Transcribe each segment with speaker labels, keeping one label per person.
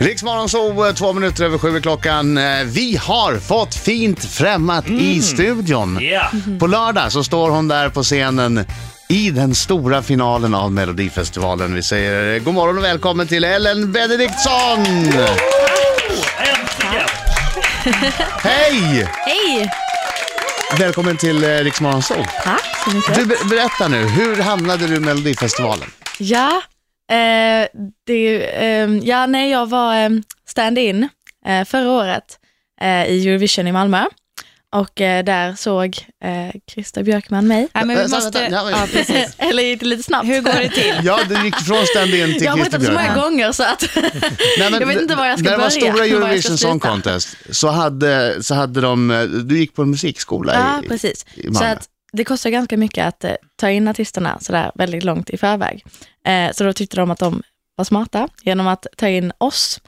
Speaker 1: Riksmorgon så två minuter över sju är klockan. Eh, Vi har fått fint främmat i studion.
Speaker 2: Ja.
Speaker 1: På lördag så står hon där på scenen i den stora finalen av Melodifestivalen. Vi säger eh, god morgon och välkommen till Ellen Benediktsson!
Speaker 2: Äntligen!
Speaker 1: Hej!
Speaker 3: Hej!
Speaker 1: Välkommen till eh, Riksmorgon Sol.
Speaker 3: Tack så mycket.
Speaker 1: Du, be- berätta nu, hur hamnade du i Melodifestivalen?
Speaker 3: Ja, eh, det, eh, ja nej, jag var eh, stand-in eh, förra året eh, i Eurovision i Malmö och eh, där såg eh, Christer Björkman mig.
Speaker 4: Nej,
Speaker 1: Äh,
Speaker 4: men vi
Speaker 1: vänta,
Speaker 4: måste...
Speaker 1: vänta, ja,
Speaker 4: Ja, precis.
Speaker 3: Eller gick det lite snabbt?
Speaker 4: Hur går det till?
Speaker 1: Ja, du gick från stand-in till
Speaker 3: jag har
Speaker 1: Christer
Speaker 3: berättat så många
Speaker 1: Björkman.
Speaker 3: gånger så att
Speaker 1: Nej, men
Speaker 3: jag vet inte var jag ska
Speaker 1: när
Speaker 3: börja.
Speaker 1: det var stora
Speaker 3: och var jag ska
Speaker 1: Eurovision Song
Speaker 3: sluta.
Speaker 1: Contest så hade, så hade de, eh, du gick på en musikskola
Speaker 3: Ja,
Speaker 1: i,
Speaker 3: precis.
Speaker 1: i Malmö.
Speaker 3: Så att det kostar ganska mycket att eh, ta in artisterna sådär väldigt långt i förväg. Eh, så då tyckte de att de var smarta genom att ta in oss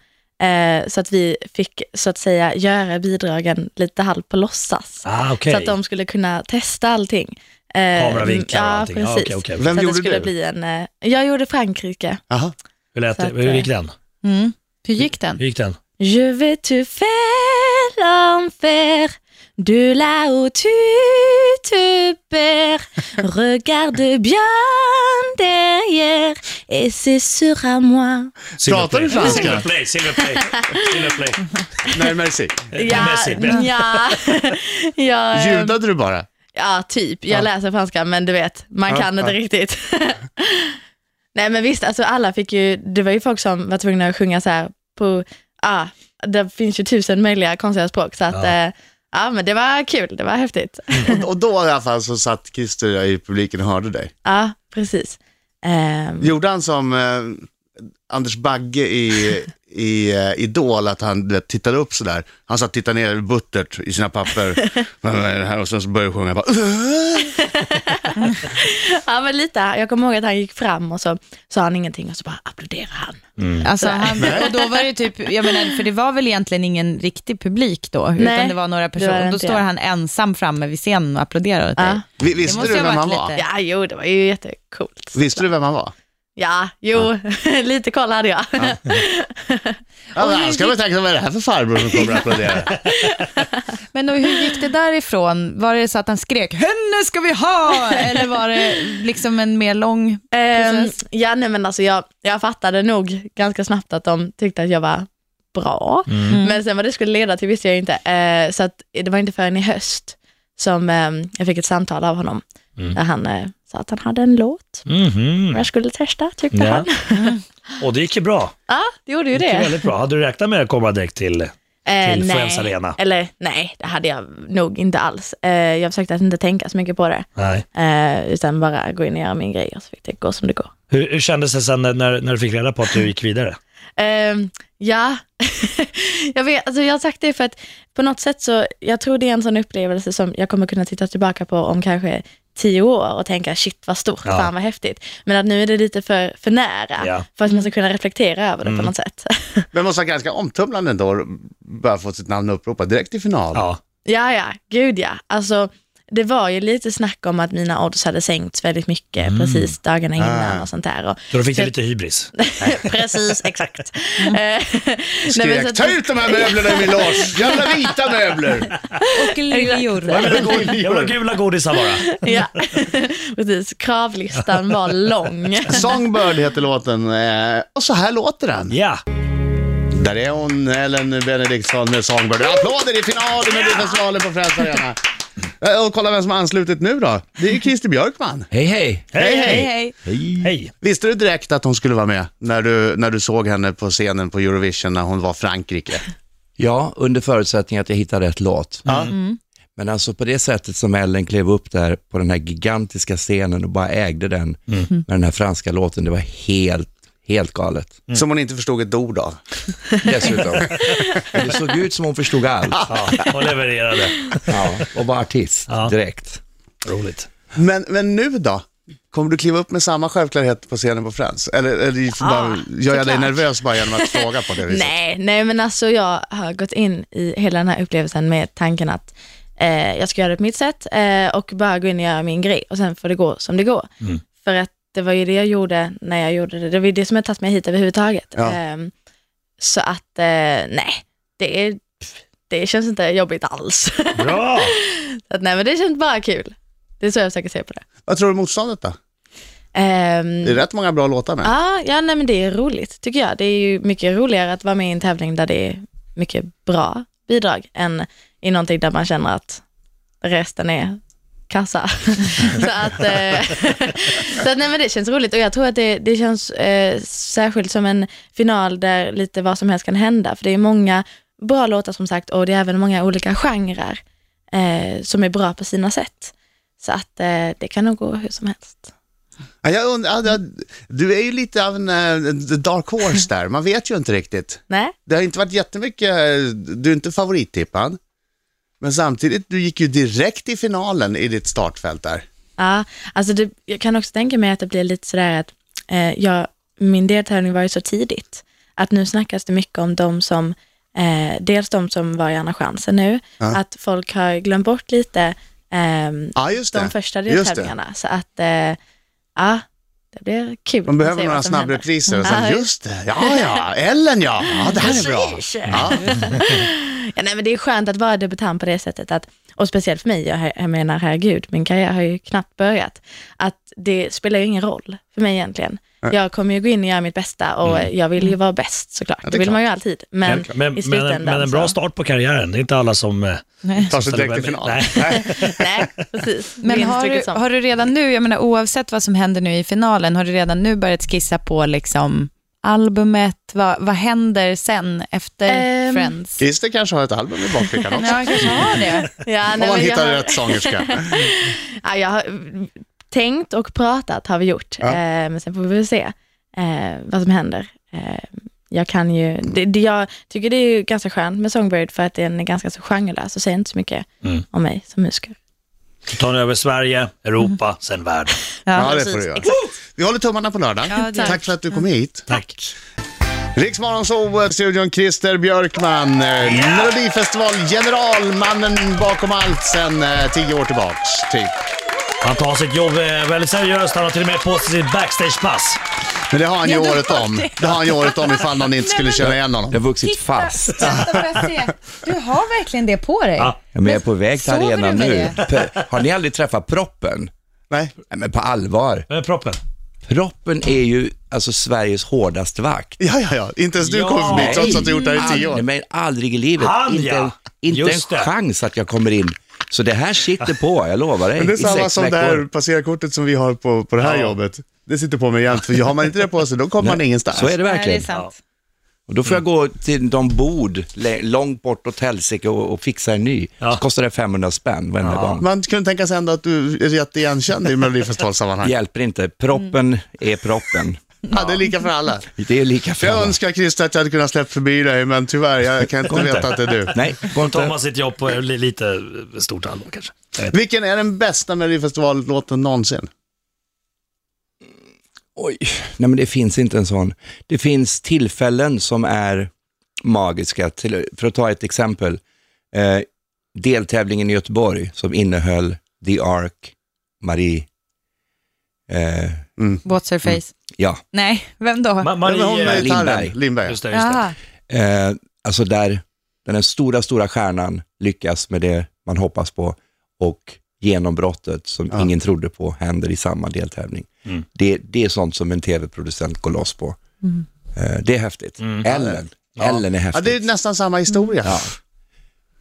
Speaker 3: eh, så att vi fick så att säga göra bidragen lite halvt på låtsas.
Speaker 2: Ah, okej.
Speaker 3: Så att de skulle kunna testa allting. Eh,
Speaker 2: Kameravinklar och allting.
Speaker 3: Ja,
Speaker 2: Ja,
Speaker 3: precis.
Speaker 2: okej, okej.
Speaker 1: Vem
Speaker 3: Så att det
Speaker 1: gjorde
Speaker 3: skulle
Speaker 1: du?
Speaker 3: bli en, eh, jag gjorde Frankrike.
Speaker 1: Aha.
Speaker 2: Hur, lät
Speaker 3: Så
Speaker 2: det?
Speaker 3: att, eh,
Speaker 2: Hur gick den?
Speaker 4: Mm. Hur gick den?
Speaker 2: Hur gick den?
Speaker 3: Je vais te faire l'enfer de là où tu te perds. Regarde bien derrière et c'est sur à moi.
Speaker 1: Pratar du franska?
Speaker 2: Silverplay, Silverplay, Silverplay.
Speaker 1: Nej, merci.
Speaker 2: Ja, Messi, bäst.
Speaker 3: ja, ja, ehm,
Speaker 1: Ljudade du bara?
Speaker 3: ja, typ. Jag
Speaker 1: Ja.
Speaker 3: läser franska men du vet, man
Speaker 1: Ja,
Speaker 3: kan inte
Speaker 1: ja.
Speaker 3: riktigt. Nej men visst, alltså alla fick ju, det var ju folk som var tvungna att sjunga så här på, ah, det finns ju tusen möjliga konstiga språk så att,
Speaker 2: Ja.
Speaker 3: ja, eh, ja men det var kul, det var häftigt.
Speaker 1: Och, och då i alla fall så satt Christer i publiken och hörde dig.
Speaker 3: Ja, precis. Ehm,
Speaker 1: Gjorde han som eh, Anders Bagge i, i eh, Idol, att han du vet, tittade upp sådär. Han satt och tittade ner buttert i sina papper Men vad är det här? och sen så började sjunga. Bara,
Speaker 3: ja, men lite. Jag kommer ihåg att han gick fram och så sa han ingenting och så bara applåderade han.
Speaker 4: Alltså, han, och då var det typ, jag menar, för det var väl egentligen ingen riktig publik då,
Speaker 3: Nej,
Speaker 4: utan det var några
Speaker 3: det var det
Speaker 4: personer. Då
Speaker 3: inte,
Speaker 4: står
Speaker 3: ja.
Speaker 4: han ensam framme vid scenen och applåderar åt dig.
Speaker 3: Ja.
Speaker 1: Vi- visste
Speaker 4: Det måste
Speaker 1: du
Speaker 4: ha
Speaker 1: vem han
Speaker 4: varit
Speaker 1: var?
Speaker 4: lite-
Speaker 3: Ja, jo, det var ju jättecoolt.
Speaker 1: Visste du vem han var?
Speaker 3: Ja, jo, lite koll hade jag.
Speaker 1: Ja, men han ska väl tänka, vad är det här för farbror som kommer och applåderar?
Speaker 4: Men då, hur gick det därifrån? Var det så att han skrek ”Henne ska vi ha!” eller var det liksom en mer lång...
Speaker 3: Ehm,
Speaker 4: Precis.
Speaker 3: ja, nej, men alltså jag, jag fattade nog ganska snabbt att de tyckte att jag var bra.
Speaker 2: Mm.
Speaker 3: Men sen vad det skulle leda till visste jag inte. Eh, så att det var inte förrän i höst som ehm, jag fick ett samtal av honom.
Speaker 2: Mm.
Speaker 3: Där han eh, sa att han hade en låt som jag skulle testa, tyckte
Speaker 2: Mm-hmm. Ja.
Speaker 3: han.
Speaker 2: Och det gick ju bra.
Speaker 3: Ja, det gjorde ju
Speaker 2: Det gick ju
Speaker 3: det.
Speaker 2: väldigt bra. Hade du räknat med att komma direkt till...
Speaker 3: Eh,
Speaker 2: till
Speaker 3: nej.
Speaker 2: Friends Arena.
Speaker 3: Eller nej, det hade jag nog inte alls. Eh, jag försökte att inte tänka så mycket på det,
Speaker 2: Nej.
Speaker 3: eh, utan bara gå in och göra min grej och så fick det gå som det går.
Speaker 2: Hur, hur kändes det sen när, när när du fick reda på att du gick vidare?
Speaker 3: Eh, ja, jag, vet, alltså jag har sagt det för att på något sätt så, jag tror det är en sån upplevelse som jag kommer kunna titta tillbaka på om kanske tio år och tänka shit vad stort,
Speaker 2: Ja.
Speaker 3: fan vad häftigt. Men att nu är det lite för, för nära
Speaker 2: Ja. Mm.
Speaker 3: för att man ska kunna reflektera över det på något sätt.
Speaker 1: Men måste ha ganska omtumlande ändå, bara fått sitt namn uppropat direkt i final.
Speaker 2: Ja.
Speaker 3: Ja, ja, gud ja. Alltså, det var ju lite snack om att mina odds hade sänkts väldigt mycket precis dagarna innan
Speaker 1: Ah.
Speaker 3: och sånt där. Och,
Speaker 2: Mm. Så då fick du lite hybris.
Speaker 3: precis, exakt. Eh, nej, men så
Speaker 1: Skrek,
Speaker 3: att-
Speaker 1: ta ut de här möblerna ur min loge, jävla vita möbler!
Speaker 4: Och liljor.
Speaker 1: Jag vill gå in i
Speaker 2: Jag vill ha gula godisar bara.
Speaker 3: ja, precis. Kravlistan var lång.
Speaker 1: Songbird heter låten eh, och så här låter den.
Speaker 2: Ja.
Speaker 1: Där är hon, Ellen Benediktsson med Songbird. Applåder i final i Melodifestivalen på Friends Arena. Eh, Och kolla vem som har anslutit nu då. Det är ju Christer Björkman.
Speaker 5: Hej hej!
Speaker 2: Hej,
Speaker 4: Hej,
Speaker 2: hej.
Speaker 4: hej.
Speaker 2: Hej.
Speaker 1: Visste du direkt att hon skulle vara med när du, när du såg henne på scenen på Eurovision när hon var Frankrike?
Speaker 5: Ja, under förutsättning att jag hittar rätt låt.
Speaker 1: Ja.
Speaker 4: Mm.
Speaker 5: Men alltså på det sättet som Ellen klev upp där på den här gigantiska scenen och bara ägde den
Speaker 4: Mm.
Speaker 5: med den här franska låten, det var helt, helt galet.
Speaker 1: Som hon inte förstod ett ord av.
Speaker 5: Dessutom. Men det såg ut som hon förstod allt.
Speaker 2: Ja, och levererade.
Speaker 5: Ja, och var artist
Speaker 2: Ja.
Speaker 5: direkt.
Speaker 2: Roligt.
Speaker 1: Men, men nu då? Kommer du kliva upp med samma självklarhet på scenen på Friends? Eller, eller bara, gör jag dig
Speaker 3: såklart.
Speaker 1: nervös bara genom att fråga på det viset?
Speaker 3: Nej, nej, men alltså jag har gått in i hela den här upplevelsen med tanken att eh, jag ska göra det på mitt sätt eh, och bara gå in och göra min grej och sen får det gå som det går.
Speaker 1: Mm.
Speaker 3: För att det var ju det jag gjorde när jag gjorde det. Det var ju det som har tagit mig hit överhuvudtaget.
Speaker 1: Ja.
Speaker 3: Ehm, Så att eh, nej, det, är, pff, det känns inte jobbigt alls.
Speaker 2: Bra!
Speaker 3: Så att, nej, men det känns bara kul. Det är så jag försöker se på det.
Speaker 1: Vad tror du om motståndet då?
Speaker 3: Ehm,
Speaker 1: Det är rätt många bra låtar med.
Speaker 3: Ja, ja nej, men det är roligt tycker jag. Det är ju mycket roligare att vara med i en tävling där det är mycket bra bidrag än i någonting där man känner att resten är kassa. så att, eh, så att, nej, men det känns roligt och jag tror att det, det känns eh, särskilt som en final där lite vad som helst kan hända. För det är många bra låtar som sagt och det är även många olika genrer eh, som är bra på sina sätt. Så att eh, det kan nog gå hur som helst.
Speaker 1: Ja, jag undrar, ja, du är ju lite av en eh, dark horse där, man vet ju inte riktigt.
Speaker 3: Nej?
Speaker 1: Det har inte varit jättemycket, eh, du är inte favorittippad. Men samtidigt, du gick ju direkt i finalen i ditt startfält där.
Speaker 3: Ja, alltså det, jag kan också tänka mig att det blir lite sådär att eh, jag, min deltävling var ju så tidigt, att nu snackas det mycket om de som, eh, dels de som var i Andra chansen nu,
Speaker 1: Ja.
Speaker 3: att folk har glömt bort lite ehm,
Speaker 1: Ja, just det.
Speaker 3: de första
Speaker 1: Just det.
Speaker 3: deltävlingarna. Så att, eh, ja, det blir kul.
Speaker 1: Man
Speaker 3: att
Speaker 1: behöver
Speaker 3: se
Speaker 1: några
Speaker 3: vad som händer.
Speaker 1: snabbrepriser och sen,
Speaker 3: Ja,
Speaker 1: just det, ja, ja, Ellen ja, ja det här är bra.
Speaker 3: Precis.
Speaker 1: Ja.
Speaker 3: Ja, nej, men det är skönt att vara debutant på det sättet, att, och speciellt för mig, jag, jag menar herregud, min karriär har ju knappt börjat, att det spelar ju ingen roll för mig egentligen. Jag kommer ju gå in och göra mitt bästa och jag vill ju vara bäst såklart,
Speaker 1: Mm. det är
Speaker 3: det, vill
Speaker 1: klart.
Speaker 3: man ju alltid, men,
Speaker 2: Men, Mm. men,
Speaker 3: i
Speaker 2: men,
Speaker 3: slutändan
Speaker 2: en- men en bra
Speaker 3: så-
Speaker 2: start på karriären, det är inte alla som... eh,
Speaker 1: Tar sig
Speaker 2: som
Speaker 1: Alltså, direkt till
Speaker 2: ställer-
Speaker 1: final.
Speaker 2: Nej.
Speaker 3: Nej, precis. Det är
Speaker 4: Men har
Speaker 3: intrycket
Speaker 4: du,
Speaker 3: som.
Speaker 4: har du redan nu, jag menar oavsett vad som händer nu i finalen, har du redan nu börjat skissa på liksom albumet? Vad, vad händer sen efter
Speaker 3: Ehm,
Speaker 4: Friends?
Speaker 1: Christer kanske har ett album i bakfickan också,
Speaker 4: Ja, jag kanske har det.
Speaker 3: ja, nej,
Speaker 1: om man
Speaker 3: men jag
Speaker 1: hittar
Speaker 3: har-
Speaker 1: rätt sångerska.
Speaker 3: Ja, jag har mm, tänkt och pratat har vi gjort,
Speaker 1: Ja.
Speaker 3: eh, men sen får vi väl se eh, vad som händer. Eh, jag kan ju, det, det, jag tycker det är ju ganska skönt med Songbird för att den är ganska så genrelös och säger inte så mycket
Speaker 2: Mm.
Speaker 3: om mig som musiker.
Speaker 2: Så tar ni över Sverige, Europa,
Speaker 1: Mm.
Speaker 2: sen världen.
Speaker 1: Ja,
Speaker 4: Ja.
Speaker 1: det får du göra. Vi håller tummarna på lördag.
Speaker 4: Ja, det-
Speaker 1: Tack för att du kom hit.
Speaker 2: Tack.
Speaker 1: Riksmorgonzoo, studion Christer Björkman, yeah! Melodifestival, general, mannen bakom allt sen eh, tio år tillbaks, typ.
Speaker 2: Han tar sitt jobb eh, väldigt seriöst, han har till och med på sig sitt backstagepass.
Speaker 1: Men det har han ju
Speaker 4: Ja, det
Speaker 1: året
Speaker 4: var
Speaker 1: om.
Speaker 4: det.
Speaker 1: Det har han ju året om ifall någon inte skulle känna igen
Speaker 5: Jag
Speaker 1: honom.
Speaker 5: har vuxit fast.
Speaker 4: Du har verkligen det på dig.
Speaker 2: Ja.
Speaker 5: Ja, men jag är på väg till
Speaker 4: sover du
Speaker 5: arenan
Speaker 4: med
Speaker 5: nu.
Speaker 4: det?
Speaker 5: Pe- Har ni aldrig träffat proppen?
Speaker 1: Nej.
Speaker 5: Nej, men på allvar.
Speaker 2: Vem är proppen?
Speaker 5: Proppen är ju alltså Sveriges hårdaste vakt.
Speaker 1: Ja, ja, ja. Inte ens du
Speaker 2: Ja.
Speaker 1: kom förbi trots att du gjort det här i tio
Speaker 5: Nej,
Speaker 1: år.
Speaker 5: men aldrig i livet.
Speaker 2: Han,
Speaker 5: inte
Speaker 2: ja.
Speaker 5: en, inte en
Speaker 2: Just det.
Speaker 5: chans att jag kommer in. Så det här sitter på, jag lovar dig.
Speaker 1: Men det är
Speaker 5: i
Speaker 1: samma
Speaker 5: sex
Speaker 1: som det
Speaker 5: veckor.
Speaker 1: här passerkortet som vi har på, på det här
Speaker 2: Ja.
Speaker 1: jobbet. Det sitter på mig jämt, för har man inte det på sig då kommer man ingenstans.
Speaker 5: Så är
Speaker 4: Nej,
Speaker 5: det
Speaker 4: det är
Speaker 5: verkligen.
Speaker 4: sant.
Speaker 5: och då får jag gå till de bord lä- långt bort åt helsike och, och fixa en ny.
Speaker 2: Ja.
Speaker 5: Så kostar det 500 spänn varenda gång.
Speaker 1: Man kunde tänka sig ändå att du är jätteigenkänd i Melodifestivalsammanhang.
Speaker 5: Hjälper inte. Proppen är proppen.
Speaker 1: Ja, det är lika för alla.
Speaker 5: Det är lika för
Speaker 1: Jag
Speaker 5: alla.
Speaker 1: önskar Christer att jag hade kunnat släppa förbi dig, men tyvärr, jag kan inte veta att det är du.
Speaker 5: Nej, går
Speaker 2: Tar
Speaker 5: inte.
Speaker 2: man sitt jobb på eh, li- lite eh, stort allvar kanske. Jag vet.
Speaker 1: Vilken är den bästa Melodifestivallåten någonsin?
Speaker 5: Oj, nej men det finns inte en sån. Det finns tillfällen som är magiska. Till, för att ta ett exempel, eh, deltävlingen i Göteborg som innehöll The Ark, Marie, eh,
Speaker 4: What's her face?
Speaker 1: Mm.
Speaker 5: ja,
Speaker 4: Nej, vem då?
Speaker 2: Ma-
Speaker 1: Ja, men hon med
Speaker 2: Marie... eh,
Speaker 1: gitarren,
Speaker 5: Lindberg.
Speaker 1: Lindberg.
Speaker 2: Just det, just det.
Speaker 4: Jaha.
Speaker 5: eh, alltså där den här stora, stora stjärnan lyckas med det man hoppas på och genombrottet som
Speaker 1: Ja.
Speaker 5: ingen trodde på händer i samma deltävling.
Speaker 2: Mm.
Speaker 5: Det, det är sånt som en tv-producent går loss på. Eh, det är häftigt.
Speaker 2: Mm.
Speaker 5: Ellen, Ellen är
Speaker 1: Ja,
Speaker 5: häftig.
Speaker 1: det är nästan samma historia.
Speaker 5: Ja.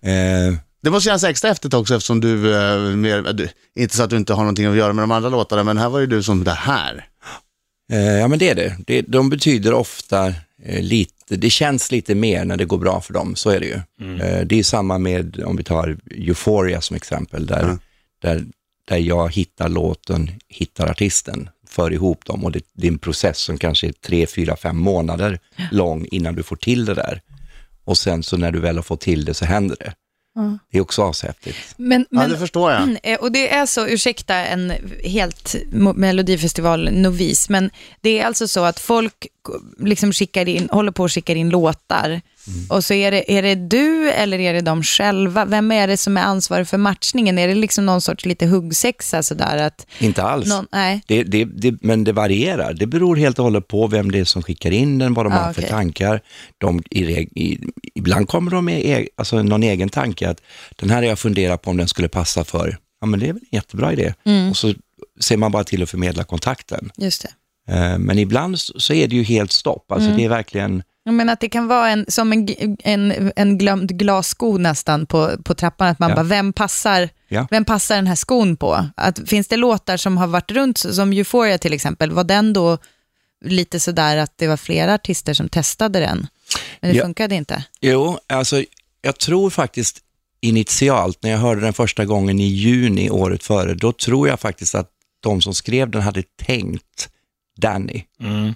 Speaker 5: Eh,
Speaker 1: Det måste kännas extra häftigt också eftersom du, eh, mer, eh, du, inte så att du inte har någonting att göra med de andra låtarna, men här var ju du som det här.
Speaker 5: eh, ja, men det är det. det de betyder ofta eh, lite, det känns lite mer när det går bra för dem, så är det ju. Eh, det är samma med, om vi tar Euphoria som exempel, där,
Speaker 1: Ja.
Speaker 5: där, där jag hittar låten, hittar artisten, för ihop dem och det, det är en process som kanske är tre, fyra, fem månader lång innan du får till det där. Och sen så när du väl har fått till det så händer det.
Speaker 4: Ja.
Speaker 5: Det är också ashäftigt.
Speaker 4: Men,
Speaker 1: Ja,
Speaker 4: men,
Speaker 1: det förstår jag.
Speaker 4: Eh, Och det är så, ursäkta en helt mo- melodifestival-novis, men det är alltså så att folk k- liksom skickar in, håller på att skicka in låtar
Speaker 1: Mm.
Speaker 4: Och så är det, är det du eller är det de själva? Vem är det som är ansvarig för matchningen? Är det liksom någon sorts lite huggsexa sådär att
Speaker 5: Inte alls.
Speaker 4: någon, nej,
Speaker 5: Det, det, det, men det varierar. Det beror helt och hållet på vem det är som skickar in den, vad de
Speaker 4: Ja,
Speaker 5: har för
Speaker 4: okej.
Speaker 5: tankar. De, i, reg- i, ibland kommer de med e, alltså någon egen tanke att den här har jag funderat på om den skulle passa för. Ja, men det är väl en jättebra idé. Och så ser man bara till att förmedla kontakten.
Speaker 4: just det.
Speaker 5: Eh, Men ibland så så är det ju helt stopp. Alltså det är verkligen,
Speaker 4: Jag menar att det kan vara en, som en, g- en, en glömd glassko nästan på, på trappan, att man
Speaker 5: Ja.
Speaker 4: bara, vem passar,
Speaker 5: Ja.
Speaker 4: vem passar den här skon på? Att, finns det låtar som har varit runt, som Euphoria till exempel, var den då lite sådär att det var flera artister som testade den, men det
Speaker 5: Ja.
Speaker 4: funkade inte?
Speaker 5: jo, alltså jag tror faktiskt initialt, när jag hörde den första gången i juni året före, då tror jag faktiskt att de som skrev den hade tänkt Danny.
Speaker 2: Mm.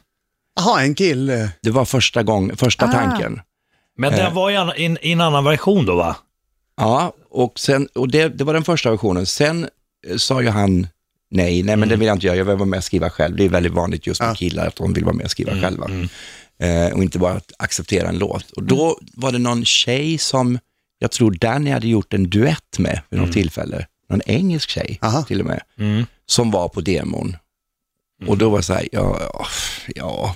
Speaker 1: Jaha, en kille.
Speaker 5: Det var första, gång, första
Speaker 4: Ah.
Speaker 5: tanken.
Speaker 2: Men
Speaker 5: Eh.
Speaker 2: den var i, an, i, i en annan version då va?
Speaker 5: Ja, och, sen, och det, det var den första versionen. Sen eh, sa ju han nej, nej men det vill jag inte göra, jag vill vara med och skriva själv. Det är väldigt vanligt just med
Speaker 1: Mm. Ja. Mm,
Speaker 5: killar att de vill vara med och skriva själva. Eh, och inte bara att acceptera en låt. Och då var det någon tjej som jag tror Danny hade gjort en duett med vid något tillfälle. Någon engelsk tjej
Speaker 1: Mm. Aha.
Speaker 5: till och med,
Speaker 2: Mm.
Speaker 5: som var på demon.
Speaker 1: Mm.
Speaker 5: Och då var det så här, ja, ja, ja,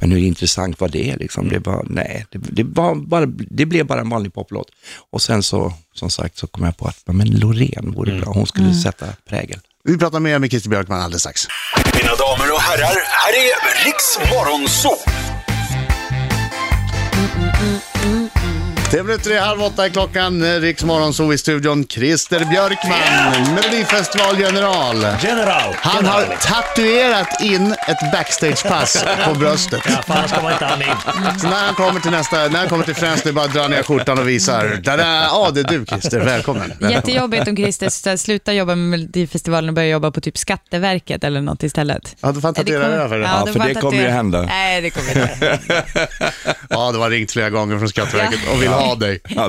Speaker 5: men hur intressant var det liksom? Det, var, nej, det, det, var bara, det blev bara en vanlig poplåt. Och sen så, som sagt, så kom jag på att ja, men Loreen vore
Speaker 1: Mm.
Speaker 5: bra, hon skulle sätta prägel.
Speaker 1: Vi pratar mer med Christer Björkman alldeles strax.
Speaker 6: Mina damer och herrar, här är Riks Morgonzoo!
Speaker 1: Tre minuter i halv åtta är klockan. Riksmorgon så i studion. Christer Björkman, Melodifestivalgeneral.
Speaker 2: General!
Speaker 1: Han
Speaker 2: General.
Speaker 1: har tatuerat in ett backstagepass på bröstet.
Speaker 2: Ja, för annars ska man inte han in.
Speaker 1: Så när han kommer till nästa, när han kommer till Friends, det är bara att dra ner skjortan och visar. Ja, ah, det är du Christer, välkommen.
Speaker 4: Jättejobbigt om Christer slutar jobba med Melodifestivalen och börjar jobba på typ Skatteverket eller något istället.
Speaker 1: Ja, då får han tatuera över.
Speaker 5: Ja,
Speaker 4: då
Speaker 5: för
Speaker 4: får
Speaker 5: det
Speaker 4: han
Speaker 5: kommer ju
Speaker 4: tatuera-
Speaker 5: hända.
Speaker 4: Nej, det kommer inte.
Speaker 1: Ja, det var ringt flera gånger från Skatteverket och vill ha dig.
Speaker 5: Ja,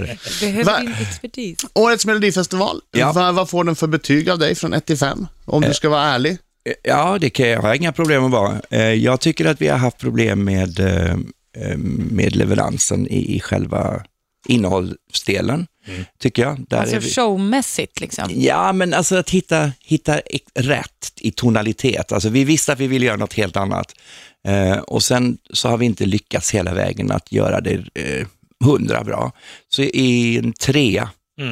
Speaker 1: Va-
Speaker 4: Behöver din expertis.
Speaker 1: Årets Melodifestival,
Speaker 5: Ja.
Speaker 1: vad, vad får den för betyg av dig från 1 till 5? Om du ska vara ärlig.
Speaker 5: Ja, det kan jag, jag har inga problem att vara. Eh, Jag tycker att vi har haft problem med, eh, eh, med leveransen i i själva innehållsdelen,
Speaker 6: Mm.
Speaker 5: tycker jag. Där är
Speaker 4: Alltså
Speaker 5: vi-
Speaker 4: showmässigt liksom.
Speaker 5: Ja, men alltså att hitta, hitta ek- rätt i tonalitet. Alltså vi visste att vi ville göra något helt annat eh, och sen så har vi inte lyckats hela vägen att göra det eh, hundra bra. Så i en trea.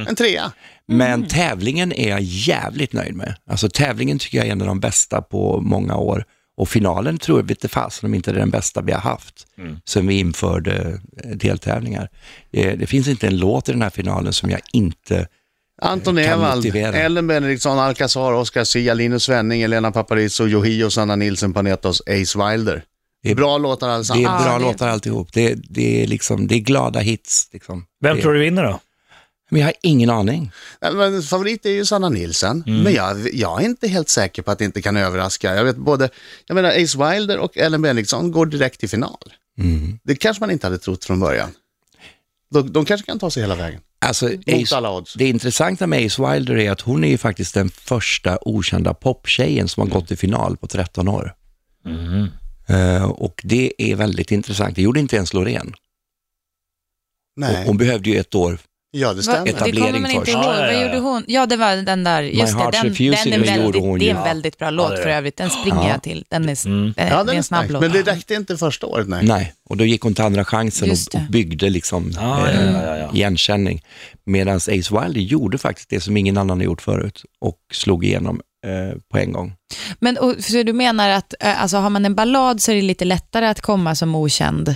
Speaker 1: En trea.
Speaker 5: Men tävlingen är jag jävligt nöjd med. Alltså tävlingen tycker jag är en av de bästa på många år och finalen tror jag vete fasen om inte det är den bästa vi har haft sen vi införde eh, deltävlingar. Eh, Det finns inte en låt i den här finalen som jag inte
Speaker 1: Anton
Speaker 5: Kan
Speaker 1: Ewald,
Speaker 5: motivera.
Speaker 1: Ellen Benediktsson, Alcazar, Oscar Sia, Linus Svenning, Elena Paparizou, Yohio, Sanna Nilsson, Panetos, Ace Wilder.
Speaker 5: Det är-
Speaker 1: Bra låtar alltså. Ah, allesammans.
Speaker 5: Det är bra
Speaker 4: det-
Speaker 5: låtar alltihop. Det, det, är liksom, det är glada hits. Liksom.
Speaker 2: Vem
Speaker 5: det,
Speaker 2: tror du vinner då?
Speaker 5: Men jag har ingen aning.
Speaker 1: Nej, äh, Men favorit är ju Sanna Nilsson,
Speaker 5: Mm.
Speaker 1: men jag, jag är inte helt säker på att det inte kan överraska. Jag vet både, jag menar Ace Wilder och Ellen Benediktsson går direkt till final. Det kanske man inte hade trott från början. De, de kanske kan ta sig hela vägen,
Speaker 5: Alltså,
Speaker 1: mot
Speaker 5: Ace,
Speaker 1: alla odds.
Speaker 5: det intressanta med Ace Wilder är att hon är ju faktiskt den första okända poptjejen som har gått till final på 13 år.
Speaker 1: Mm.
Speaker 5: Eh, och det är väldigt intressant. Det gjorde inte ens Loreen. Och
Speaker 1: Nej,
Speaker 5: Hon behövde ju ett år.
Speaker 1: ja det
Speaker 4: Va,
Speaker 1: stämmer.
Speaker 4: det kommer
Speaker 5: Etablering
Speaker 4: man inte
Speaker 5: först.
Speaker 4: ihåg.
Speaker 2: Ja, ja,
Speaker 4: Vad
Speaker 2: ja.
Speaker 4: gjorde hon? Ja, det var den där. Just det,
Speaker 5: Heart's
Speaker 4: den,
Speaker 5: Refusing
Speaker 4: den är
Speaker 5: gjorde
Speaker 4: väldigt,
Speaker 5: hon
Speaker 4: det är en
Speaker 5: ju.
Speaker 4: väldigt bra låt
Speaker 2: det är
Speaker 4: för
Speaker 2: det.
Speaker 4: övrigt. Den springer jag till. Den är,
Speaker 2: Mm.
Speaker 4: eh,
Speaker 1: Ja,
Speaker 4: det är
Speaker 1: den är
Speaker 4: en snabb
Speaker 1: stark,
Speaker 4: låt.
Speaker 1: men det räckte inte första året, nej.
Speaker 5: Nej, och då gick hon till andra chansen
Speaker 4: Just
Speaker 5: och, och
Speaker 4: det.
Speaker 5: byggde liksom
Speaker 2: Ah, Ja,
Speaker 5: eh,
Speaker 2: ja, ja, ja.
Speaker 5: igenkänning. Medan Ace Wilder gjorde faktiskt det som ingen annan har gjort förut och slog igenom eh, på en gång.
Speaker 4: Men och, så du menar att eh, alltså, har man en ballad så är det lite lättare att komma som okänd?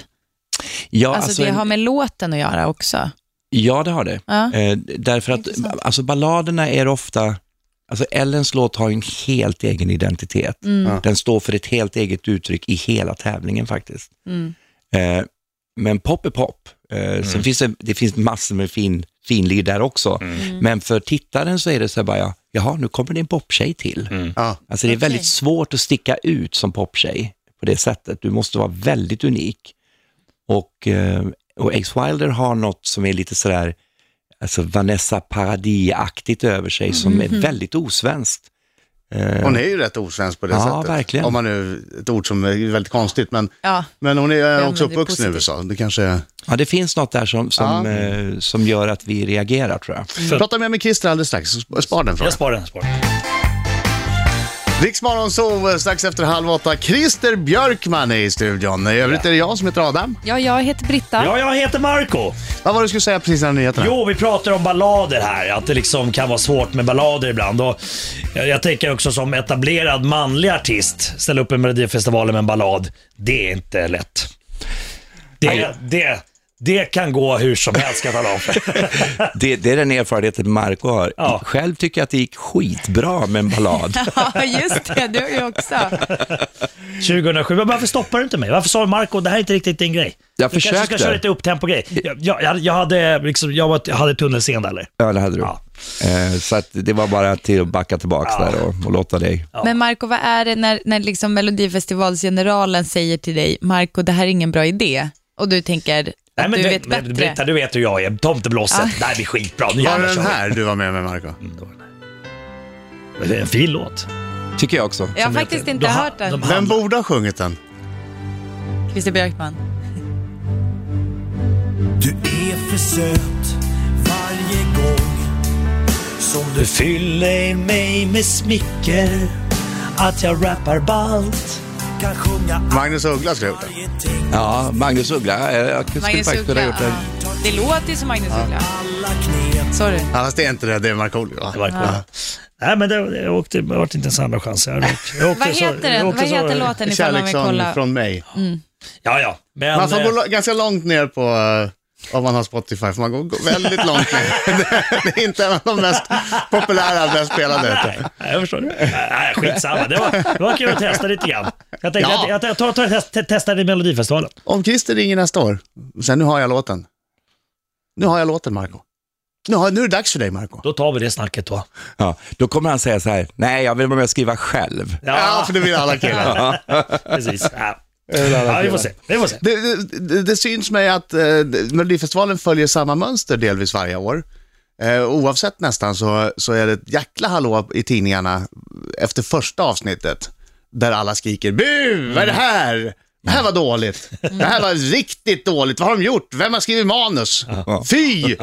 Speaker 5: Ja,
Speaker 4: alltså, det
Speaker 5: en-
Speaker 4: har med låten att göra också.
Speaker 5: Ja, det har det.
Speaker 4: Ja.
Speaker 5: Eh, därför att
Speaker 4: Intressant.
Speaker 5: alltså, balladerna är ofta, alltså Ellens låt har ju en helt egen identitet.
Speaker 4: Mm.
Speaker 1: Ja.
Speaker 5: Den står för ett helt eget uttryck i hela tävlingen faktiskt.
Speaker 4: Mm.
Speaker 5: Eh, men pop är pop. Eh, Sen finns det, det finns massor med fin, finlir där också.
Speaker 4: Mm.
Speaker 5: Men för tittaren så är det så här bara, ja, jaha, nu kommer det en poptjej till.
Speaker 1: Ja.
Speaker 5: Alltså det är
Speaker 4: Okej.
Speaker 5: väldigt svårt att sticka ut som poptjej på det sättet. Du måste vara väldigt unik. Och, eh, och Ace Wilder har något som är lite sådär alltså Vanessa Paradis-aktigt över sig som är väldigt osvenskt. Eh,
Speaker 1: Hon är ju rätt osvensk på det
Speaker 5: Ja,
Speaker 1: sättet.
Speaker 5: verkligen.
Speaker 1: Om man nu, ett ord som är väldigt konstigt, men,
Speaker 4: Ja.
Speaker 1: men hon är
Speaker 4: men
Speaker 1: också
Speaker 4: det är
Speaker 1: uppvuxen i
Speaker 4: positivt.
Speaker 1: USA. Det kanske...
Speaker 5: Ja, det finns något där som, som,
Speaker 1: Ja.
Speaker 5: eh, som gör att vi reagerar tror jag.
Speaker 1: Prata med mig Christer alldeles strax, så spar den
Speaker 2: Jag
Speaker 1: frågan.
Speaker 2: sparar den. Spar. den.
Speaker 1: Riksmorgon så strax efter halv åtta. Christer Björkman är i studion. I övrigt är det jag som heter Adam.
Speaker 4: ja, jag heter Britta.
Speaker 2: Ja, jag heter Marco.
Speaker 1: Vad var det du skulle säga precis innan nyheterna?
Speaker 2: Jo, vi pratar om ballader här. Att det liksom kan vara svårt med ballader ibland. Och jag, jag tänker också som etablerad manlig artist, ställa upp i Melodifestivalen med en ballad. Det är inte lätt. Det, det, det kan gå hur som helst ska jag tala om.
Speaker 5: Det, det är den erfarenheten Marco har.
Speaker 2: Ja.
Speaker 5: Själv tycker jag att det gick skitbra med en ballad.
Speaker 4: Ja, just det. Du ju också.
Speaker 2: 2007, Men varför stoppar du inte mig? Varför sa du Marco, det här är inte riktigt din grej?
Speaker 5: Jag
Speaker 2: du kanske
Speaker 5: försökte.
Speaker 2: ska köra lite upptempo-grej. Jag, jag, jag, jag hade, liksom, jag var, jag hade tunnelseende eller?
Speaker 5: Ja, det hade du.
Speaker 2: Ja.
Speaker 5: Eh, så att det var bara till att backa tillbaka
Speaker 2: Ja.
Speaker 5: där och, och låta dig.
Speaker 4: Men Marco, vad är det när, när liksom Melodifestivalsgeneralen säger till dig, Marco, det här är ingen bra idé, och du tänker att
Speaker 2: Nej, men
Speaker 4: du
Speaker 2: det-
Speaker 4: vet
Speaker 2: men
Speaker 4: bättre? Ah.
Speaker 2: Britta, du vet hur jag är. Tomteblåset. Det här blir skitbra. Nu
Speaker 1: var
Speaker 2: jävlar
Speaker 1: det den
Speaker 2: kör vi.
Speaker 1: här du var med med Marco?
Speaker 5: Mm.
Speaker 2: Det är en fin låt.
Speaker 5: Tycker jag också.
Speaker 4: jag har faktiskt inte
Speaker 2: De ha-
Speaker 4: hört den.
Speaker 2: de
Speaker 1: Vem borde ha sjungit den?
Speaker 4: Christer Björkman.
Speaker 7: Du är för söt varje gång som du
Speaker 2: Du fyller mig med smicker att jag rappar ballt.
Speaker 7: kan sjunga
Speaker 1: Magnus Uggla skulle ha gjort den.
Speaker 7: varje ting.
Speaker 5: Ja, Magnus Uggla. eh, Jag skulle
Speaker 4: Magnus
Speaker 5: faktiskt kunna
Speaker 4: Uggla.
Speaker 5: gjort det.
Speaker 4: ja. Det låter ju som Magnus Uggla.
Speaker 7: Alla knep
Speaker 4: Sorry.
Speaker 1: Ja, fast det är inte det, det är Markoolio. va?
Speaker 2: Det var ja. Nej, men det, jag åkte, det var inte ens andra chans. Jag åkte, jag åkte
Speaker 4: Vad
Speaker 2: så-
Speaker 4: heter
Speaker 2: jag
Speaker 4: den?
Speaker 2: åkte
Speaker 4: Vad
Speaker 2: så-
Speaker 4: heter låten ifall man vill kolla?
Speaker 1: Kärlekssång från mig.
Speaker 2: Ja, ja. Men,
Speaker 1: alltså, Man får
Speaker 2: eh,
Speaker 1: gå lo- ganska långt ner på, eh, om man har Spotify, för man går- går väldigt långt ner. det är inte en av de mest populära, mest spelade.
Speaker 2: Nej, jag förstår. det. Nej, skitsamma. Det var, det var kul att testa lite grann. Jag tänkte
Speaker 1: Ja.
Speaker 2: att jag, jag tar, tar, test, testar det i Melodifestivalen.
Speaker 1: Om Christer ringer nästa år, sen nu har jag låten. Nu har jag låten, Marco. Nu, har, nu är det dags för dig, Marco.
Speaker 2: Då tar vi det snacket då.
Speaker 5: Ja, då kommer han säga så här, nej, jag vill vara med och skriva själv.
Speaker 1: Ja, för det vill alla killar.
Speaker 2: precis. Ja. Ja, vi får se. Vi får se.
Speaker 1: Det, det, det, det syns mig att eh, Melodifestivalen följer samma mönster delvis varje år. Eh, oavsett nästan så, så är det ett jäkla hallå i tidningarna efter första avsnittet. Där alla skriker bu, vad är det här? Det här var dåligt. Det här var riktigt dåligt. Vad har de gjort? Vem har skrivit manus? Fy!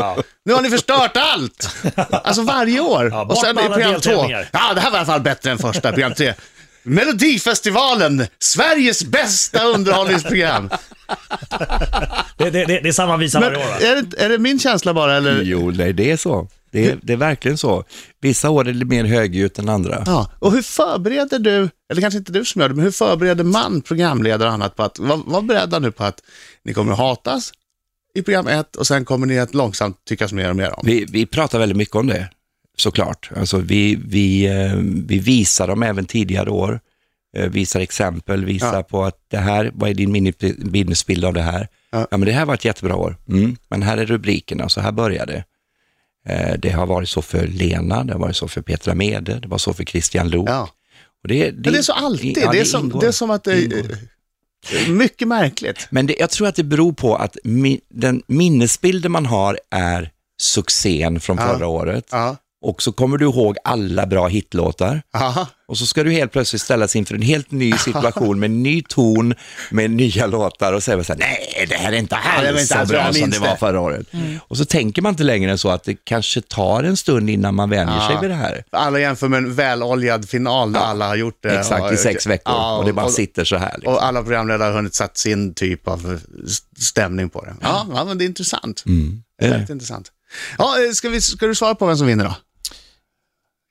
Speaker 1: Nu har ni förstört allt! Alltså varje år.
Speaker 2: Ja, bort
Speaker 1: Och sen
Speaker 2: med
Speaker 1: i
Speaker 2: alla
Speaker 1: program två.
Speaker 2: deltävlingar.
Speaker 1: Ja, det här var i alla fall bättre än första, program tre. Melodifestivalen, Sveriges bästa underhållningsprogram.
Speaker 2: Det, det, det, det är samma visa
Speaker 1: Men
Speaker 2: varje år. va?
Speaker 1: är det, är det min känsla bara eller?
Speaker 5: Jo, nej, det är så. Det är, det är verkligen så. Vissa år är det mer högljutt än andra.
Speaker 1: Ja. Och hur förbereder du, eller kanske inte du som gör det, men hur förbereder man programledare och annat på att, var, var beredda nu på att ni kommer att hatas i program ett och sen kommer ni att långsamt tyckas mer och mer om.
Speaker 5: Vi, vi pratar väldigt mycket om det, såklart. Alltså, vi, vi, eh, vi visar dem även tidigare år, eh, visar exempel, visar
Speaker 1: Ja.
Speaker 5: på att det här, vad är din mini- minnesbild av det här?
Speaker 1: Ja.
Speaker 5: Ja. men det här var ett jättebra år, mm. men här är rubrikerna, så här börjar det. Eh, Det har varit så för Lena, det har varit så för Petra Mede, det var så för Christian Lok.
Speaker 1: Ja.
Speaker 5: Och det,
Speaker 1: Men det är så alltid,
Speaker 5: ja,
Speaker 1: det, är som,
Speaker 5: ingår.
Speaker 1: det är som att det
Speaker 5: ingår.
Speaker 1: är eh, mycket märkligt.
Speaker 5: Men det, jag tror att det beror på att mi, den minnesbilden man har är succén från
Speaker 1: Ja.
Speaker 5: förra året.
Speaker 1: Ja.
Speaker 5: Och så kommer du ihåg alla bra hitlåtar.
Speaker 1: Aha.
Speaker 5: Och så ska du helt plötsligt ställas inför en helt ny situation med ny ton, med nya låtar och säga så här, nej det här är inte
Speaker 1: det var
Speaker 5: alls
Speaker 1: inte
Speaker 5: så
Speaker 1: alls vad
Speaker 5: bra
Speaker 1: jag
Speaker 5: som
Speaker 1: minns
Speaker 5: det var
Speaker 1: det." Mm.
Speaker 5: förra året. Och så tänker man inte längre än så att det kanske tar en stund innan man vänjer
Speaker 1: Ja.
Speaker 5: sig vid det här.
Speaker 1: Alla jämför med en väloljad final där alla har gjort det.
Speaker 5: Exakt, i
Speaker 1: och-
Speaker 5: sex veckor.
Speaker 1: Ja,
Speaker 5: och det bara sitter så här. Liksom.
Speaker 1: Och alla programledare har hunnit satt sin typ av st- stämning på det. Ja, ja men det är intressant.
Speaker 5: Mm.
Speaker 1: Det
Speaker 5: Eh.
Speaker 1: är väldigt intressant. Ja, eh, ska, vi, ska du svara på vem som vinner då?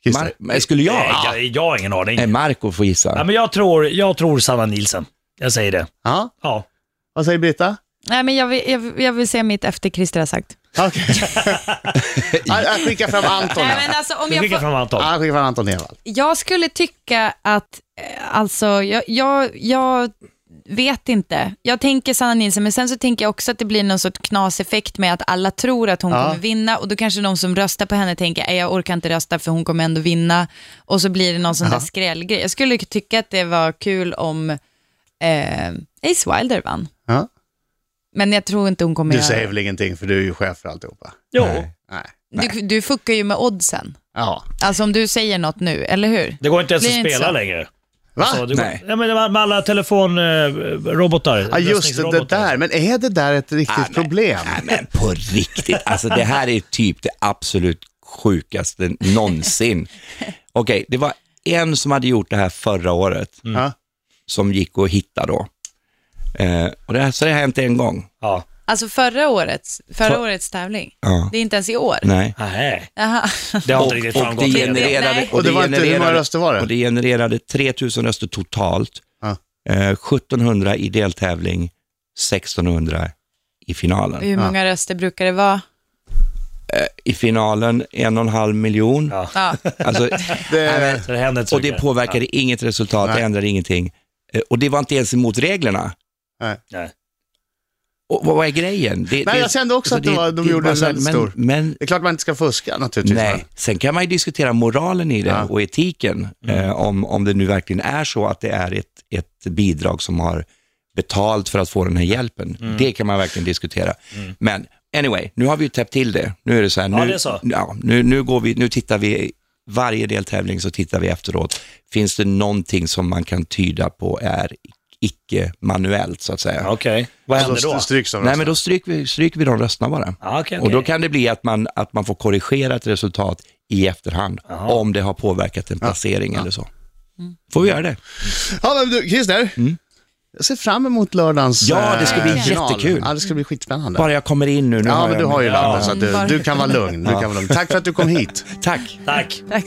Speaker 1: Christer?
Speaker 5: Mar- men skulle jag?
Speaker 2: Nej, jag, jag har ingen aning.
Speaker 5: Nej, Marco får
Speaker 2: Ja,
Speaker 5: gissa.
Speaker 2: men jag, tror, jag tror Sanna Nilsen. Jag säger det.
Speaker 1: ja,
Speaker 2: Ja.
Speaker 1: vad säger Britta?
Speaker 4: Nej, men jag vill, jag, vill- jag vill säga mitt efter Christer har sagt.
Speaker 1: Okej. Ja, jag skickar fram Anton.
Speaker 4: Nej,
Speaker 1: här.
Speaker 4: men alltså, om
Speaker 2: Vi
Speaker 4: jag,
Speaker 2: skickar
Speaker 4: får,
Speaker 2: fram Anton.
Speaker 1: Ja, jag skickar fram Anton Ewald.
Speaker 4: jag skulle tycka att, eh, alltså, jag, jag, jag vet inte. Jag tänker Sanna Nilsson, men sen så tänker jag också att det blir någon sorts knaseffekt med att alla tror att hon
Speaker 1: Ja.
Speaker 4: kommer vinna och då kanske de som röstar på henne tänker, "Nej, jag orkar inte rösta för hon kommer ändå vinna. Och så blir det någon sån där skrällgrej. Jag skulle tycka att det var kul om eh, Ace Wilder vann.
Speaker 1: Ja.
Speaker 4: Men jag tror inte hon kommer
Speaker 1: Du
Speaker 4: göra
Speaker 1: säger väl ingenting för du är ju chef för alltihopa?
Speaker 2: Jo.
Speaker 5: Nej.
Speaker 1: Nej.
Speaker 4: det. Du, du fuckar ju med oddsen.
Speaker 1: Ja.
Speaker 4: Alltså om du säger något nu, eller hur?
Speaker 2: Det går inte ens
Speaker 4: Blir
Speaker 2: att
Speaker 4: inte
Speaker 2: spela
Speaker 4: så.
Speaker 2: längre.
Speaker 1: Va?
Speaker 2: Så det går,
Speaker 5: Nej.
Speaker 2: Ja, men det var med alla eh, telefonrobotar.
Speaker 1: Ja, just det, det där. Men är det där ett riktigt problem?
Speaker 5: alltså. Nej, men på riktigt. Alltså det här är typ det absolut sjukaste någonsin. Okej, det var en som hade gjort det här förra året,
Speaker 1: Ja.
Speaker 5: som gick att hitta då. Eh, och det här, så det har hänt en gång.
Speaker 2: Ja.
Speaker 4: Alltså förra årets, förra
Speaker 5: För-
Speaker 4: årets tävling.
Speaker 5: Ja.
Speaker 4: Det är inte ens i år.
Speaker 5: Nej.
Speaker 2: Nej,
Speaker 4: Jaha.
Speaker 2: det har
Speaker 5: Och,
Speaker 2: inte riktigt
Speaker 5: och
Speaker 2: framgått.
Speaker 5: det
Speaker 2: än.
Speaker 5: genererade,
Speaker 4: Nej.
Speaker 1: Och det var inte- hur många
Speaker 5: genererade-
Speaker 1: röster var det?
Speaker 5: Och det genererade 3000 röster totalt.
Speaker 1: Ja.
Speaker 5: Eh, 1700 i deltävling, 1600 i finalen.
Speaker 4: Hur många röster brukar det vara?
Speaker 5: I finalen en och en halv miljon.
Speaker 2: Ja.
Speaker 4: Ja.
Speaker 5: Alltså,
Speaker 1: Eh.
Speaker 5: nej, men-
Speaker 2: Så det händer inte så
Speaker 5: Och det
Speaker 2: mycket.
Speaker 5: påverkade inget resultat, det
Speaker 1: Nej.
Speaker 5: ändrade ingenting. Eh, Och det var inte ens emot reglerna.
Speaker 2: Nej.
Speaker 5: Och vad vad är grejen? Det,
Speaker 1: Nej, jag kände också att det var- de gjorde
Speaker 5: bara
Speaker 1: den
Speaker 5: så här,
Speaker 1: väldigt
Speaker 5: men,
Speaker 1: stor.
Speaker 5: Men
Speaker 1: Det är klart man inte ska fuska naturligtvis.
Speaker 5: nej, sen kan man ju diskutera moralen i det
Speaker 1: Ja.
Speaker 5: och etiken.
Speaker 2: Mm.
Speaker 5: Eh, om, om det nu verkligen är så att det är ett, ett bidrag som har betalt för att få den här hjälpen.
Speaker 2: Mm.
Speaker 5: Det kan man verkligen diskutera. Men anyway, nu har vi ju täppt till det. Nu är det så här, nu,
Speaker 2: Ja, det är så.
Speaker 5: Ja, nu, nu, går vi, nu tittar vi, varje deltävling så tittar vi efteråt. Finns det någonting som man kan tyda på är icke manuellt så att säga?
Speaker 2: Okej, vad
Speaker 1: Så
Speaker 2: händer då?
Speaker 1: st- Alltså, stryks de
Speaker 5: Nej, men
Speaker 1: rösterna.
Speaker 5: då stryker vi, stryker vi de rösterna bara.
Speaker 2: Ja, okej,
Speaker 5: Och då
Speaker 2: okej.
Speaker 5: kan det bli att man, att man får korrigera ett resultat i efterhand, om det har påverkat en placering eller så. Får vi göra det?
Speaker 1: Ja, men du, Christer. Jag ser fram emot lördagens
Speaker 5: Mm. Ja, det ska bli
Speaker 1: eh, final.
Speaker 5: jättekul.
Speaker 1: Ja, det ska bli skitsspännande.
Speaker 5: Bara jag kommer in nu. nu
Speaker 1: Ja,
Speaker 5: har
Speaker 1: men
Speaker 5: jag
Speaker 1: du
Speaker 5: min-
Speaker 1: har ju
Speaker 2: Ja.
Speaker 1: lappen så att du, du kan vara lugn. Du kan vara lugn. Tack för att du kom hit.
Speaker 5: Tack!
Speaker 2: Tack.